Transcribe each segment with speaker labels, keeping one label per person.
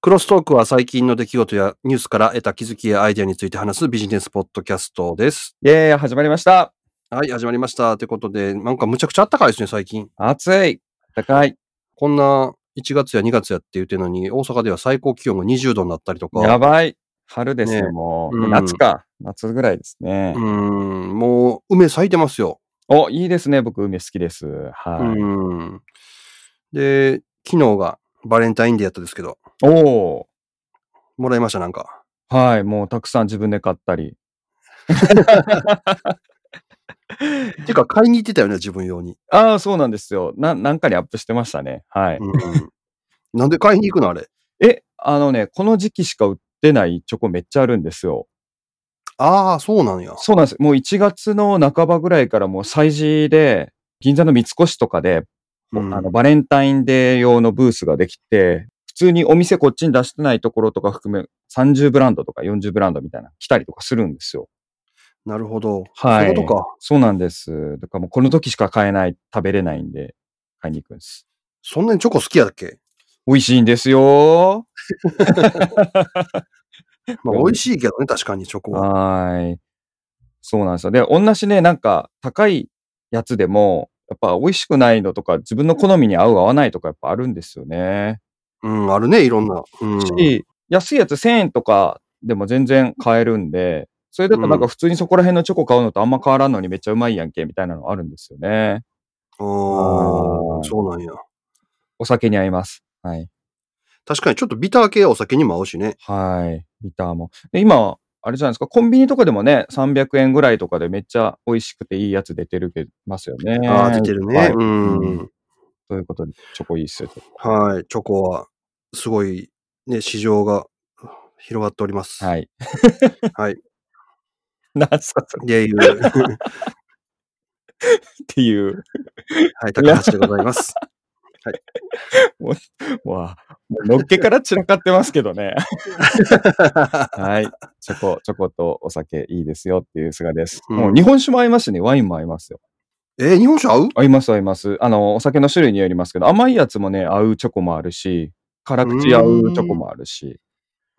Speaker 1: クロストークは最近の出来事やニュースから得た気づきやアイデアについて話すビジネスポッドキャストです。
Speaker 2: イェーイ、始まりました。
Speaker 1: はい、始まりました。ということで、なんかむちゃくちゃあったかいですね、最近。
Speaker 2: 暑い。高い。
Speaker 1: こんな1月や2月やって言ってるのに、大阪では最高気温が20度になったりとか。
Speaker 2: やばい。春ですね、
Speaker 1: ね
Speaker 2: もう。
Speaker 1: うん
Speaker 2: 夏か。夏ぐらいですね
Speaker 1: うー。ん、もう梅咲いてますよ。
Speaker 2: お、いいですね。僕、梅好きです。
Speaker 1: う
Speaker 2: はい。
Speaker 1: ーん。で、昨日がバレンタインデーやったですけど、
Speaker 2: お
Speaker 1: もらいました、なん か。
Speaker 2: ー。はい。もう、たくさん自分で買ったり。
Speaker 1: てか、買いに行ってたよね、自分用に。
Speaker 2: ああ、そうなんですよ。な、なんかにアップしてましたね。はい。
Speaker 1: うん、なんで買いに行くの、あれ。
Speaker 2: え、あのね、この時期しか売ってないチョコめっちゃあるんですよ。
Speaker 1: ああ、そうなんや。
Speaker 2: そうなんです。もう1月の半ばぐらいからもう催事で、銀座の三越とかで、
Speaker 1: うん
Speaker 2: あのバレンタインデー用のブースができて、普通にお店こっちに出してないところとか含め30ブランドとか40ブランドみたいな来たりとかするんですよ。
Speaker 1: なるほど。
Speaker 2: はい。
Speaker 1: そういうことか。
Speaker 2: そうなんです。だからもうこの時しか買えない、食べれないんで、買いに行くんです。
Speaker 1: そんなにチョコ好きやっけ、
Speaker 2: 美味しいんですよ。
Speaker 1: まあ、
Speaker 2: うん
Speaker 1: 美味しいけどね、確かにチョコは。
Speaker 2: はい。そうなんですよ。で、同じね、なんか高いやつでも、やっぱ美味しくないのとか、自分の好みに合う合わないとかやっぱあるんですよね。
Speaker 1: うん、あるね、いろんな。うん、
Speaker 2: し、安いやつ1000円とかでも全然買えるんで、それだとなん
Speaker 1: う
Speaker 2: か普通にそこら辺のチョコ買うのとあんま変わらんのにめっちゃうまいやんけ、みたいなのあるんですよね。
Speaker 1: あ
Speaker 2: は
Speaker 1: ー
Speaker 2: い
Speaker 1: そうなんや。
Speaker 2: お酒に合います。はい。
Speaker 1: 確かにちょっとビター系はお酒にも合うしね。
Speaker 2: はい。ビターも。で今、あれじゃないですか、コンビニとかでもね、300円ぐらいとかでめっちゃ美味しくていいやつ出てるけますよね。
Speaker 1: ああ、出てる
Speaker 2: は
Speaker 1: ね
Speaker 2: い。
Speaker 1: うん。
Speaker 2: ということで、チョコいいっすよ。
Speaker 1: はい、チョコは、すごい、ね、市場が広がっております。い。
Speaker 2: はい。
Speaker 1: はい。
Speaker 2: なんすか、それ
Speaker 1: で いう、は
Speaker 2: っていう。
Speaker 1: い、高橋でございます。
Speaker 2: わあ、もうのっけから散らかってますけどね。はい。チョコ、チョコとお酒いいですよっていう菅です。
Speaker 1: うん
Speaker 2: もう日本酒も合いますしね、ワインも合いますよ。
Speaker 1: えー日本酒合う
Speaker 2: 合います合います。あの、お酒の種類によりますけど、甘いやつもね、合うチョコもあるし、辛口合うチョコもあるし、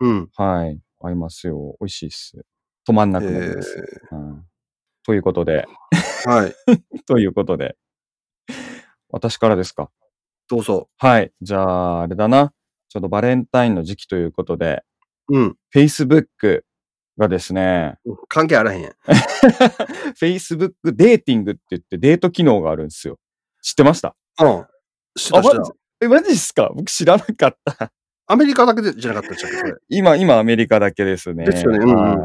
Speaker 1: うん。
Speaker 2: はい。合いますよ。美味しいっす。止まんなくなります。うんということで、
Speaker 1: えーはい、
Speaker 2: ということで。私からですか
Speaker 1: どうぞ。
Speaker 2: はい。じゃあ、あれだな。ちょうどバレンタインの時期ということで、
Speaker 1: うん。
Speaker 2: Facebook がですね、
Speaker 1: 関係あらへんやん。
Speaker 2: Facebook デーティングって言ってデート機能があるんですよ。知ってました
Speaker 1: うん。知った
Speaker 2: あ
Speaker 1: 知っ
Speaker 2: マ
Speaker 1: た
Speaker 2: ジえ、マジっすか僕知らなかった。
Speaker 1: アメリカだけでじゃなかったじゃん。これ
Speaker 2: 今、今アメリカだけですね。
Speaker 1: ですよね。うんうん、
Speaker 2: はい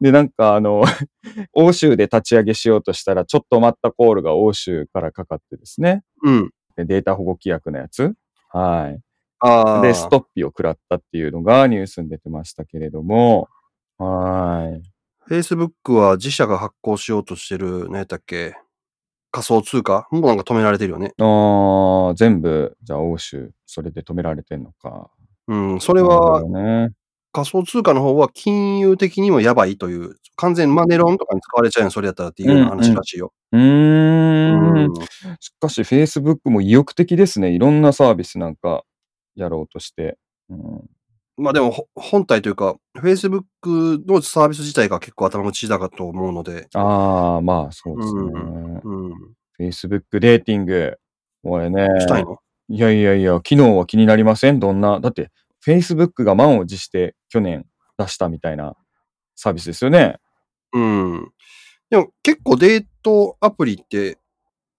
Speaker 2: で、なんかあの、 欧州で立ち上げしようとしたら、ちょっと待ったコールが欧州からかかってですね。
Speaker 1: うん。
Speaker 2: でデータ保護規約のやつ。はい。
Speaker 1: ああ。
Speaker 2: で、ストッピを食らったっていうのがニュースに出てましたけれども、はい。
Speaker 1: Facebook は自社が発行しようとしてる、何やったっけ仮想通貨もうなんか止められてるよね。
Speaker 2: あー全部、じゃあ欧州、それで止められてんのか。
Speaker 1: うん。そ
Speaker 2: こ
Speaker 1: れは、
Speaker 2: ね、
Speaker 1: 仮想通貨の方は金融的にもやばいという、完全にマネロンとかに使われちゃうよ、それやったらっていうような話らしいよ。
Speaker 2: う
Speaker 1: う
Speaker 2: ーん。
Speaker 1: ん
Speaker 2: しかし、Facebook も意欲的ですね。いろんなサービスなんかやろうとして。うん、
Speaker 1: まあでも、ほ本体というか、Facebook のサービス自体が結構頭打ちだかと思うので、
Speaker 2: ああ、まあ、そうですね。
Speaker 1: うん。
Speaker 2: Facebook デーティング。これね。
Speaker 1: したいの
Speaker 2: いやいやいや、機能は気になりませんどんな。だって、Facebook が満を持して去年出したみたいなサービスですよね。
Speaker 1: うん。でも結構デートアプリって、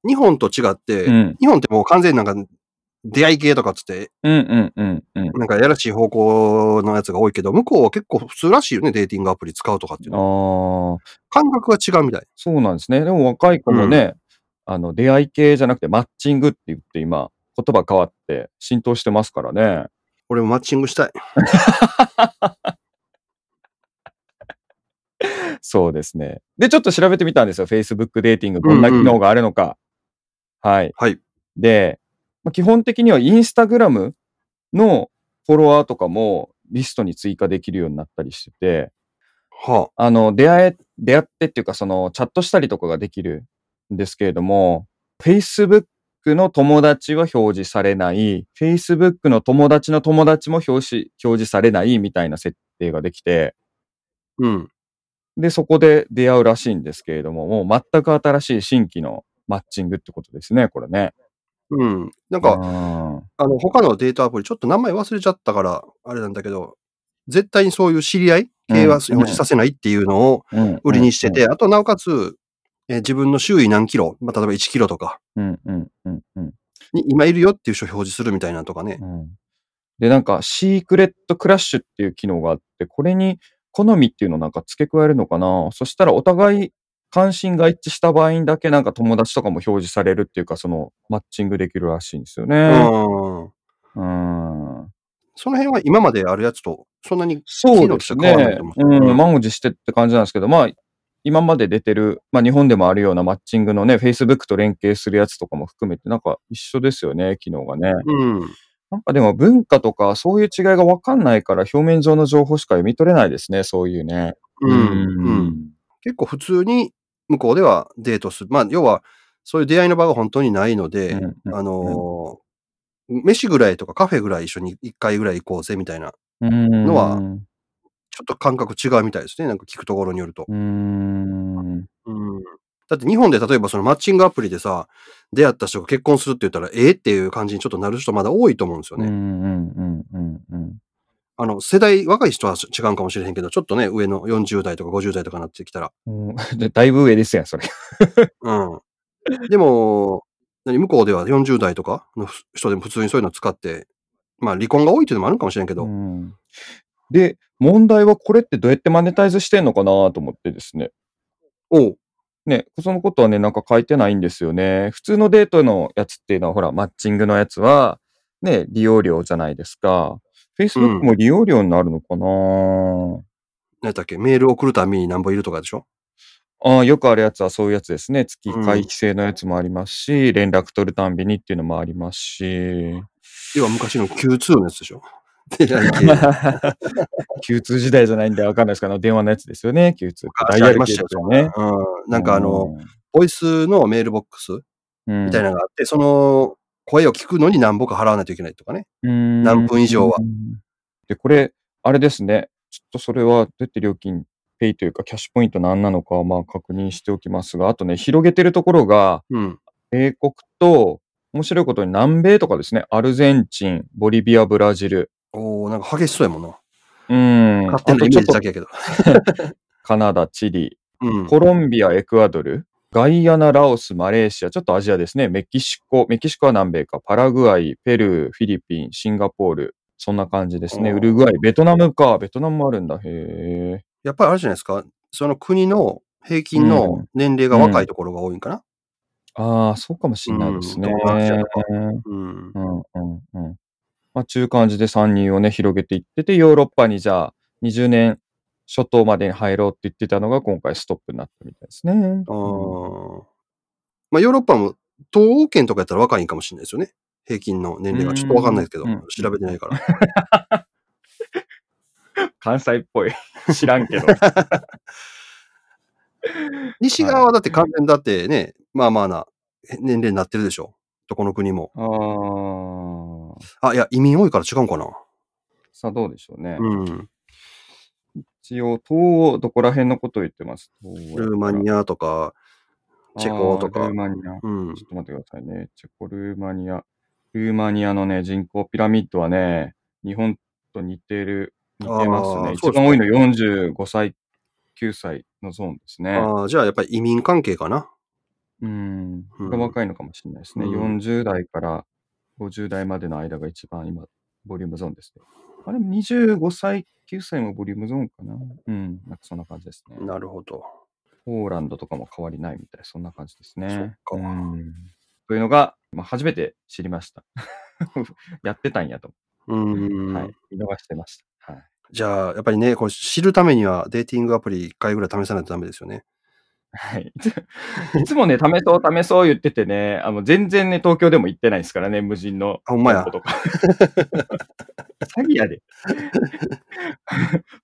Speaker 1: 日本と違って、
Speaker 2: うん。
Speaker 1: 日本ってもう完全になんか出会い系とかっつって
Speaker 2: うんうんうんうん。
Speaker 1: なんかやらしい方向のやつが多いけど、向こうは結構普通らしいよね、デーティングアプリ使うとかっていうのは。
Speaker 2: ああ。
Speaker 1: 感覚が違うみたい。
Speaker 2: そうなんですね。でも若い子もね、あの出会い系じゃなくてマッチングって言って今、言葉変わって浸透してますからね。
Speaker 1: 俺もマッチングしたい。
Speaker 2: そうですね。で、ちょっと調べてみたんですよ。Facebook デーティング、どんな機能があるのか。はい。
Speaker 1: はい。
Speaker 2: で、まあ、基本的にはインスタグラムのフォロワーとかもリストに追加できるようになったりしてて、
Speaker 1: は
Speaker 2: あの、出会え、出会ってっていうか、その、チャットしたりとかができるんですけれども、Facebook Facebook の友達は表示されない、Facebook の友達の友達も表示、表示されないみたいな設定ができて、
Speaker 1: うん。
Speaker 2: で、そこで出会うらしいんですけれども、もう全く新しい新規のマッチングってことですね、これね。
Speaker 1: うん。なんか、
Speaker 2: か、
Speaker 1: あの、他のデータアプリ、ちょっと名前忘れちゃったから、あれなんだけど、絶対にそういう知り合い系は
Speaker 2: う
Speaker 1: 表
Speaker 2: ん
Speaker 1: 示させないっていうのを
Speaker 2: うん
Speaker 1: 売りにして、て、あと、なおかつ、えー自分の周囲何キロ、まあ、例えば1キロとか
Speaker 2: うんうんうんうん
Speaker 1: に今いるよっていう人を表示するみたいなのとかね
Speaker 2: う。ん。で、なんか、シークレットクラッシュっていう機能があって、これに好みっていうのをなんか付け加えるのかなそしたらお互い関心が一致した場合にだけなんか友達とかも表示されるっていうか、そのマッチングできるらしいんです
Speaker 1: う
Speaker 2: よ
Speaker 1: ん
Speaker 2: ね。。うん
Speaker 1: その辺は今まであるやつと、そんなに、
Speaker 2: そうです
Speaker 1: 機能としては変わらない
Speaker 2: ね
Speaker 1: と思。う
Speaker 2: うん
Speaker 1: ですけど
Speaker 2: ん、満を持してって感じなんですけど、まあ、今まで出てる、まあ日本でもあるようなマッチングのね、Facebook と連携するやつとかも含めて、なんか一緒ですよね、機能がね。
Speaker 1: うん。
Speaker 2: なんかでも文化とかそういう違いがわかんないから、表面上の情報しか読み取れないですね、そういうね。
Speaker 1: うん。うん。結構普通に向こうではデートする。まあ、要は、そういう出会いの場が本当にないので、
Speaker 2: うん
Speaker 1: あのー飯ぐらいとかカフェぐらい一緒に1回ぐらい行こうぜみたいな、
Speaker 2: うん
Speaker 1: のはちょっと感覚違うみたいですね。なんか聞くところによると。
Speaker 2: う
Speaker 1: う
Speaker 2: ん。
Speaker 1: んだって日本で例えばそのマッチングアプリでさ、出会った人が結婚するって言ったら、ええっていう感じにちょっとなる人まだ多いと思うんですよ
Speaker 2: うん。うん。
Speaker 1: ね。
Speaker 2: うん。うん。うん。
Speaker 1: あの、世代、若い人は違うんかもしれへんけど、ちょっとね、上の40代とか50代とかなってきたら。
Speaker 2: うん でだいぶ上ですやん、それ。
Speaker 1: うん。でも、何向こうでは40代とかの人でも普通にそういうの使って、まあ離婚が多いっていうのもあるんかもしれんけど、
Speaker 2: うんで、問題はこれってどうやってマネタイズしてんのかなと思ってですね。
Speaker 1: おう、
Speaker 2: ね、そのことはね、なんか書いてないんですよね。普通のデートのやつっていうのは、ほら、マッチングのやつは、ね、利用料じゃないですか。Facebook も利用料になるのかな、
Speaker 1: 何やったっけ、メール送るためになんぼいるとかでしょ
Speaker 2: ああ、よくあるやつはそういうやつですね。月会費制のやつもありますし、連絡取るたんびにっていうのもあります し。
Speaker 1: 要は昔の Q2 のやつでしょ 出会い系
Speaker 2: Q2 時代じゃないんでわかんないですけど、電話のやつですよね、Q2 って。
Speaker 1: あありました
Speaker 2: 系ですよ
Speaker 1: よ
Speaker 2: ね。
Speaker 1: うん。なんかあの、、ボイスのメールボックス
Speaker 2: うん、
Speaker 1: みたいなのがあって、その声を聞くのに何ぼか払わないといけないとかね。
Speaker 2: 何
Speaker 1: 分以上は。
Speaker 2: で、これ、あれですね。ちょっとそれは、どうやって料金、ペイというかキャッシュポイント何なのかはまあ確認しておきますが、あとね、広げてるところが、
Speaker 1: うん。
Speaker 2: 英国と、面白いことに南米とかですね、アルゼンチン、ボリビア、ブラジル、
Speaker 1: おおなんか激しそうやもんな。
Speaker 2: うん、
Speaker 1: 勝手な
Speaker 2: あ
Speaker 1: イ
Speaker 2: と
Speaker 1: メ
Speaker 2: ちょ
Speaker 1: ー
Speaker 2: っ
Speaker 1: ジ
Speaker 2: と
Speaker 1: だけやけど。
Speaker 2: カナダ、チリ、
Speaker 1: うん。
Speaker 2: コロンビア、エクアドル、ガイアナ、ラオス、マレーシア、ちょっとアジアですね、メキシコ、メキシコは南米か、パラグアイ、ペルー、フィリピン、シンガポール、そんな感じですね、
Speaker 1: おー
Speaker 2: ウルグアイ、ベトナムか、ベトナムもあるんだ、へえ。
Speaker 1: やっぱりあれじゃないですか。その国の平均
Speaker 2: う
Speaker 1: の
Speaker 2: ん
Speaker 1: 年齢が若いところが多いんかな。
Speaker 2: ああ、そうかもしれないですね。
Speaker 1: うん東南アジアとかうん。
Speaker 2: うんうんうん。まあ、中間時で参入をね、広げていってて、ヨーロッパにじゃあ、20年初頭までに入ろうって言ってたのが、今回ストップになったみたいですね。
Speaker 1: あーまあ、ヨーロッパも東欧圏とかやったら若いんかもしれないですよね。平均の年齢が。ちょっとわかんないですけど、
Speaker 2: うん
Speaker 1: 調べてないから。
Speaker 2: 関西っぽ い。知らんけど。
Speaker 1: 西側はだって完全にだってね、まあまあな年齢になってるでしょ。どこの国も。
Speaker 2: ああ。
Speaker 1: あ、いや、移民多いから違うんかな。
Speaker 2: さあ、どうでしょうね。
Speaker 1: うん。
Speaker 2: 一応、東欧、どこら辺のことを言ってます
Speaker 1: ルーマニアとか、
Speaker 2: ア
Speaker 1: チェコとか
Speaker 2: ルーマニア。
Speaker 1: うん
Speaker 2: ちょ。っと待ってくださいね。チェコ、ルーマニア。ルーマニアのね、人口ピラミッドはね、日本と似てる、似てます
Speaker 1: あー
Speaker 2: ね。
Speaker 1: そうです
Speaker 2: 一
Speaker 1: か
Speaker 2: 番多いの45歳、9歳のゾーンですね。
Speaker 1: ああ、じゃあやっぱり移民関係かな。
Speaker 2: うん。
Speaker 1: うん
Speaker 2: が若いのかもしれないですね。
Speaker 1: うん
Speaker 2: 40代から50代までの間が一番今、ボリュームゾーンですね。あれも25歳、9歳もボリュームゾーンかな。うん。なんかそんな感じですね。
Speaker 1: なるほど。
Speaker 2: ポーランドとかも変わりないみたい。そんな感じですね。
Speaker 1: そっか
Speaker 2: うんというのが、まあ、初めて知りました。 やってたんやと
Speaker 1: うん。
Speaker 2: はい。見逃してました。はい。
Speaker 1: じゃあ、やっぱりね、これ知るためにはデーティングアプリ1回ぐらい試さないとダメですよね。
Speaker 2: はい、いつも ね、試そう、試そう言っててね、あの全然ね、東京でも行ってないですからね、無人の
Speaker 1: あほんまや
Speaker 2: 店舗とか 詐欺やで。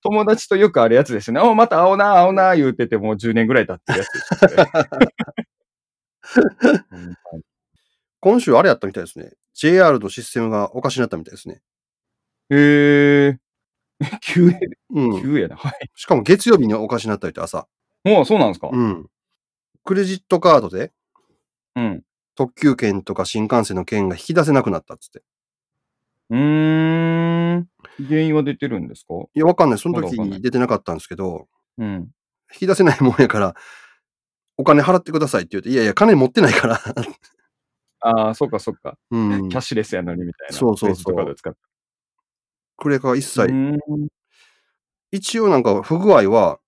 Speaker 2: 友達とよくあるやつですね。おまた会おうな、会おうな、言うててもう10年ぐらい経ってるやつですねほんまに
Speaker 1: 今週あれやったみたいですね。JR のシステムがおかしになったみたいですね。
Speaker 2: へ え。急や、
Speaker 1: うん。
Speaker 2: 急やな。はい。
Speaker 1: しかも月曜日におかしになったりって朝。
Speaker 2: もうそうなんですか
Speaker 1: うん。クレジットカードで
Speaker 2: うん。
Speaker 1: 特急券とか新幹線の券が引き出せなくなったっつって。
Speaker 2: うーん。原因は出てるんですか
Speaker 1: いや、わかんない。その
Speaker 2: まだわ
Speaker 1: 時
Speaker 2: かんない
Speaker 1: に出てなかったんですけど、
Speaker 2: うん。
Speaker 1: 引き出せないもんやから、お金払ってくださいって言うて、いやいや、金持ってないから。
Speaker 2: ああ、そっかそっか。
Speaker 1: うん
Speaker 2: キャ。ッシュレスやのにみたいな。
Speaker 1: そうそうそう
Speaker 2: とかで使って。
Speaker 1: クレカが一
Speaker 2: う
Speaker 1: 切。
Speaker 2: ーん
Speaker 1: 一応なんか不具合は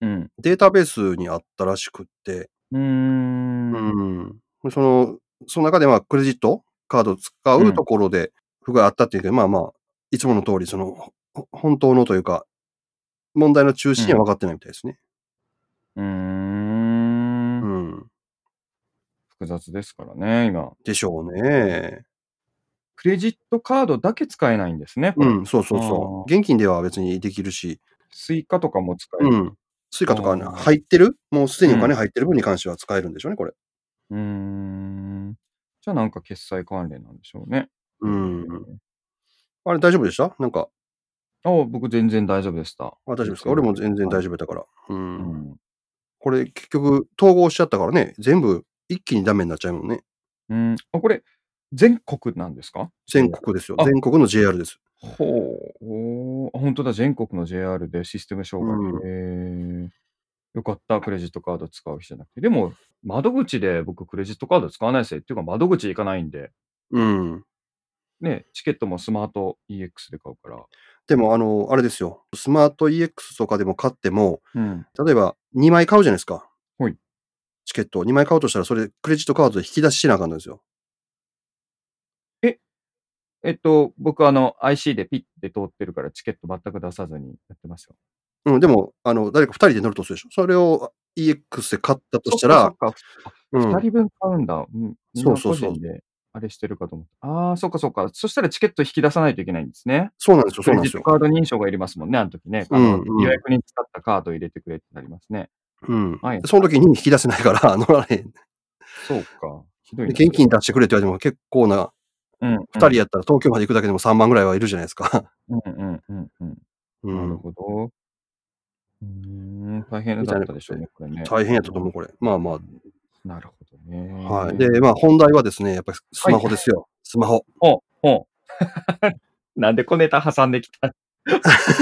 Speaker 2: うん。
Speaker 1: データベースにあったらしくって、
Speaker 2: うーん。
Speaker 1: うん。その、その中でまあクレジットカードを使うところで不具合あったっていうけど、まあまあ、いつもの通り、その、ほほ本当のというか、問題の中心は分かってないみたいですね。
Speaker 2: うー。
Speaker 1: うんん。
Speaker 2: 複雑ですからね、今。
Speaker 1: でしょうね。
Speaker 2: クレジットカードだけ使えないんですね、
Speaker 1: う
Speaker 2: これ。
Speaker 1: ん、そうそうそう。現金では別にできるし、
Speaker 2: スイカとかも使え
Speaker 1: う
Speaker 2: る。
Speaker 1: ん。スイカとかね
Speaker 2: あー
Speaker 1: 入ってるもうすでにお金
Speaker 2: うん
Speaker 1: 入ってる分に関しては使えるんでしょうね、これ。
Speaker 2: うーん。じゃあなんか決済関連なんでしょうね。
Speaker 1: うん。あれ大丈夫でしたなんか、
Speaker 2: あ僕全然大丈夫でした。
Speaker 1: あ大丈夫ですか俺も全然大丈夫だから。う
Speaker 2: 夫
Speaker 1: ん。
Speaker 2: うん。
Speaker 1: これ結局統合しちゃったからね、全部一気にダメになっちゃうもんね。
Speaker 2: うん、あこれ、全国なんですか
Speaker 1: 全国ですよ。
Speaker 2: あ
Speaker 1: 全国の JR です。
Speaker 2: ほう。おーあ本当だ、全国の JR でシステム障害。へーよかった、クレジットカード使う人じゃなくて。でも、窓口で僕、クレジットカード使わないですよ。っていうか、窓口行かないんで、
Speaker 1: うん。
Speaker 2: ね、チケットもスマート EX で買うから。
Speaker 1: でも、あの、あれですよ。スマート EX とかでも買っても、
Speaker 2: うん。
Speaker 1: 例えば2枚買うじゃないですか。
Speaker 2: はい。
Speaker 1: チケットを2枚買うとしたら、それクレジットカードで引き出ししなあかんのですよ。
Speaker 2: えっと、僕、あの、IC でピッて通ってるから、チケット全く出さずにやってますよ。
Speaker 1: うん、でも、あの、誰か2人で乗るとするでしょ。それを EX で買ったとしたら、
Speaker 2: そっかそっか
Speaker 1: う
Speaker 2: 二
Speaker 1: ん、
Speaker 2: 人分買うんだ。うん。みん
Speaker 1: そ
Speaker 2: な
Speaker 1: うそう
Speaker 2: 個
Speaker 1: そう
Speaker 2: 人で、あれしてるかと思った。ああ、そっかそっか。そしたらチケット引き出さないといけないんですね。
Speaker 1: そうなんですよ、
Speaker 2: ク
Speaker 1: そう
Speaker 2: レ
Speaker 1: なん
Speaker 2: ジ
Speaker 1: で
Speaker 2: ッ
Speaker 1: す
Speaker 2: ト
Speaker 1: よ。
Speaker 2: カード認証がいりますもんね、あの時ね。あ
Speaker 1: う
Speaker 2: の
Speaker 1: んうん
Speaker 2: 予約に使ったカードを入れてくれってなりますね。
Speaker 1: うん
Speaker 2: はい。
Speaker 1: その時に引き出せないから、 乗られへん。
Speaker 2: そうか。ひどい
Speaker 1: で
Speaker 2: な。
Speaker 1: 現金出してくれって言われても結構な、
Speaker 2: うん、
Speaker 1: 2人やったら東京まで行くだけでも3万ぐらいはいるじゃないですか。
Speaker 2: うんうんうんうん
Speaker 1: う
Speaker 2: うん。なる
Speaker 1: ん。
Speaker 2: ほど。うーん、大変だったでしょうね、これね。
Speaker 1: 大変やったと思う、これ。まあま
Speaker 2: なるほどね。
Speaker 1: あ。はい。で、まあ本題はですね、やっぱりスマホですよ。スマホ。
Speaker 2: ほん、ほん。 なんで小ネタ挟んできた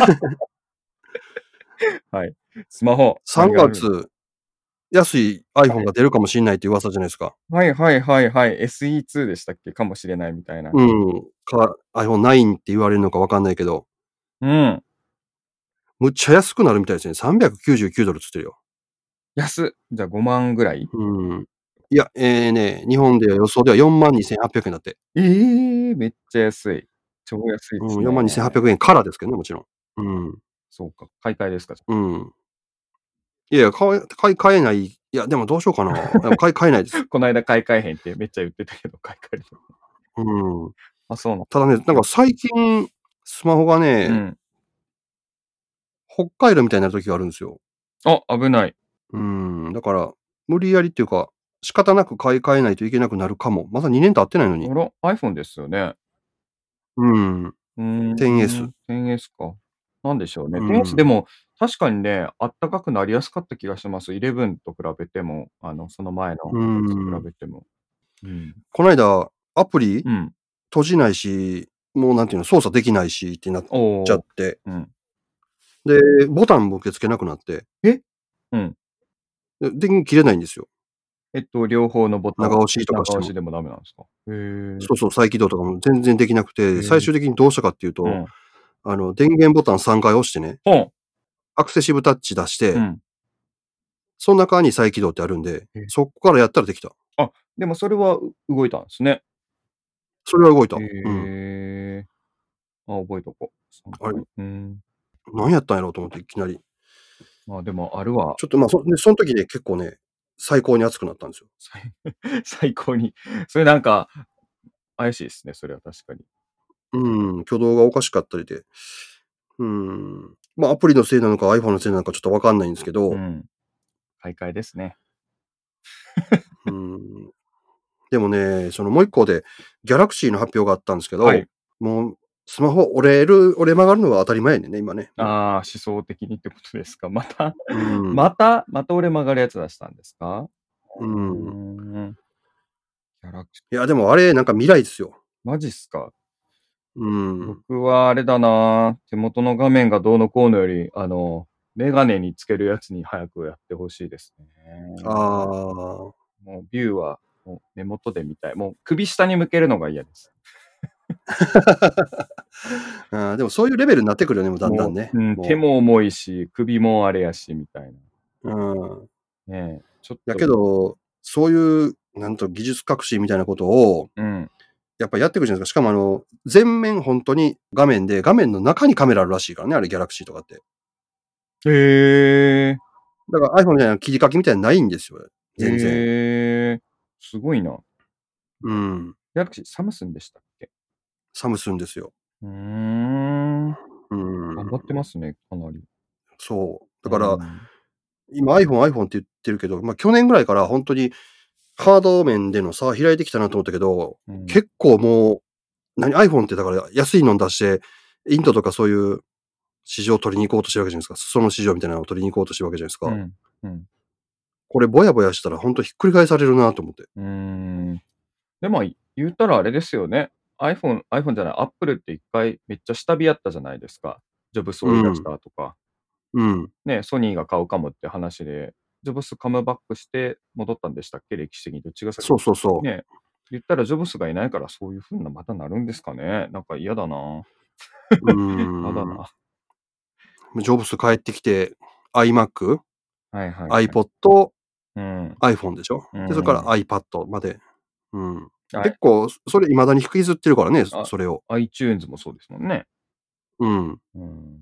Speaker 2: はい。スマホ。
Speaker 1: 3
Speaker 2: 何がある
Speaker 1: 月、安い iPhone が出るかもしれないっていう噂じゃないですか。
Speaker 2: はいはいはいはい。SE2 でしたっけかもしれないみたいな。
Speaker 1: うん。か、iPhone9 って言われるのかわかんないけど、
Speaker 2: うん。
Speaker 1: むっちゃ安くなるみたいですね。399ドルっつってるよ。
Speaker 2: 安っ。じゃあ5万ぐらい
Speaker 1: うん。いや、えー、ね、日本では予想では42,800円だって。
Speaker 2: ええめっちゃ安い。超安いです、
Speaker 1: うん、
Speaker 2: ね。
Speaker 1: 42,800円からですけどね、もちろん。うん。
Speaker 2: そうか。買い替えですか。じゃ
Speaker 1: うん。いやいや、買え買い買えない。いや、でもどうしようかな。でも買い買えないです。
Speaker 2: あこの間買い替えへんってめっちゃ言ってたけど、買い替える。
Speaker 1: うん。
Speaker 2: あ、そうなの。
Speaker 1: ただね、なんか最近、スマホがね、
Speaker 2: うん。
Speaker 1: 北海道みたいになる時があるんですよ。
Speaker 2: あ、危ない。
Speaker 1: うん。だから、無理やりっていうか、仕方なく買い替えないといけなくなるかも。まだ2年経ってないのに。
Speaker 2: あら、iPhone ですよね。
Speaker 1: うん。
Speaker 2: うーん。
Speaker 1: 10S。
Speaker 2: 10S か。なんでしょうね。
Speaker 1: うん
Speaker 2: 10S でも、確かにね、あったかくなりやすかった気がします。11と比べても、あの、その前のやつと比べても。うん。
Speaker 1: この間、アプリ
Speaker 2: うん。
Speaker 1: 閉じないし、もうなんていうの、操作できないしってなっ
Speaker 2: おー
Speaker 1: ちゃって、
Speaker 2: うん。
Speaker 1: で、ボタンも受け付けなくなって、
Speaker 2: えうん
Speaker 1: で。電源切れないんですよ。
Speaker 2: えっと、両方のボタン。
Speaker 1: 長押しとかしても
Speaker 2: 長押しでもダメなんですか。へえ。
Speaker 1: そうそう、再起動とかも全然できなく
Speaker 2: ん
Speaker 1: て、最終的にどうしたかっていうと、
Speaker 2: うん。
Speaker 1: あの、電源ボタン3回押してね、
Speaker 2: ポン。
Speaker 1: アクセシブタッチ出して、
Speaker 2: うん。
Speaker 1: その中に再起動ってあるんで
Speaker 2: うん、
Speaker 1: そこからやったらできた。
Speaker 2: でもそれはう動いたんですね。
Speaker 1: それは動いた。
Speaker 2: へ
Speaker 1: うん。
Speaker 2: えあ、覚えとこう。
Speaker 1: あれ
Speaker 2: うん。
Speaker 1: 何やったんやろうと思って、いきなり。
Speaker 2: まあでもあるわ。
Speaker 1: ちょっとまあ、そでその時ね、結構ね、最高に熱くなったんですよ。
Speaker 2: 最 最高に。それなんか、怪しいですね、それは確かに。
Speaker 1: うん、挙動がおかしかったりで。うん。まあ、アプリのせいなのか iPhone のせいなのかちょっとわかんないんですけど、
Speaker 2: うん。買い替えですね。
Speaker 1: うんでもね、そのもう一個で、ギャラクシーの発表があったんですけど、
Speaker 2: はい
Speaker 1: もう、スマホ折れる、折れ曲がるのは当たり前やねんね、今ね。
Speaker 2: ああ、思想的にってことですか。 また、
Speaker 1: うん
Speaker 2: また、また俺曲がるやつ出したんですか
Speaker 1: うん
Speaker 2: うんギャラクシー
Speaker 1: いや、でもあれ、なんか未来ですよ。
Speaker 2: マジっすか
Speaker 1: うん。
Speaker 2: 僕はあれだな手元の画面がどうのこうのより、あの、メガネにつけるやつに早くやってほしいですね。
Speaker 1: ああ。
Speaker 2: もうビューはもう目元で見たい。もう首下に向けるのが嫌です。
Speaker 1: あーでもそういうレベルになってくるよね、もうだんだんね。
Speaker 2: もううん
Speaker 1: もう
Speaker 2: 手。も重いし、首もあれやし、みたい
Speaker 1: うん。
Speaker 2: な。ねえちょっと。
Speaker 1: だけ、ど、そういう、なんと技術革新みたいなことを、
Speaker 2: うん。
Speaker 1: やっぱやってくるじゃないですか。しかもあの、全面本当に画面で、画面の中にカメラあるらしいからね、あれ、ギャラクシーとかって。
Speaker 2: へえ。
Speaker 1: だから iPhone みたいな切り欠きみたいなのないんですよ、全然。
Speaker 2: へえ。すごいな。
Speaker 1: うん。
Speaker 2: ギャラクシー、サムスンでしたっけ
Speaker 1: サムスンですよ。
Speaker 2: うーん。
Speaker 1: うん。
Speaker 2: 頑張ってますね、かなり。
Speaker 1: そう。だから、
Speaker 2: うん、
Speaker 1: 今 iPhone、iPhone って言ってるけど、まあ去年ぐらいから本当にハード面での差開いてきたなと思ったけど、
Speaker 2: うん
Speaker 1: 結構もう、何、iPhone ってだから安いの出して、インドとかそういう市場を取りに行こうとしてるわけじゃないですか。その市場みたいなのを取りに行こうとしてるわけじゃないですか。
Speaker 2: うんうん
Speaker 1: これぼやぼやしたら本当ひっくり返されるなと思って。
Speaker 2: うーん。でも、言うたらあれですよね。iPhone、iPhone じゃない、Apple って一回めっちゃ下火やったじゃないですか。ジョブス追い出したとか。
Speaker 1: うん。
Speaker 2: ね、ソニーが買うかもって話で、ジョブスカムバックして戻ったんでしたっけ歴史的にどっちが先
Speaker 1: そうそうそう。
Speaker 2: ね。言ったらジョブスがいないからそういうふうなまたなるんですかね。なんか嫌だな。
Speaker 1: うん。
Speaker 2: 嫌だな。
Speaker 1: ジョブス帰ってきて、iMac、
Speaker 2: はいはい、はい。
Speaker 1: iPod、
Speaker 2: うん。
Speaker 1: iPhone でしょ、
Speaker 2: うん
Speaker 1: で、それから iPad まで。うん。
Speaker 2: はい
Speaker 1: 結構、それ未だに引きずってるからね、
Speaker 2: あ
Speaker 1: それを。
Speaker 2: iTunes もそうですもんね。
Speaker 1: うん。
Speaker 2: うん。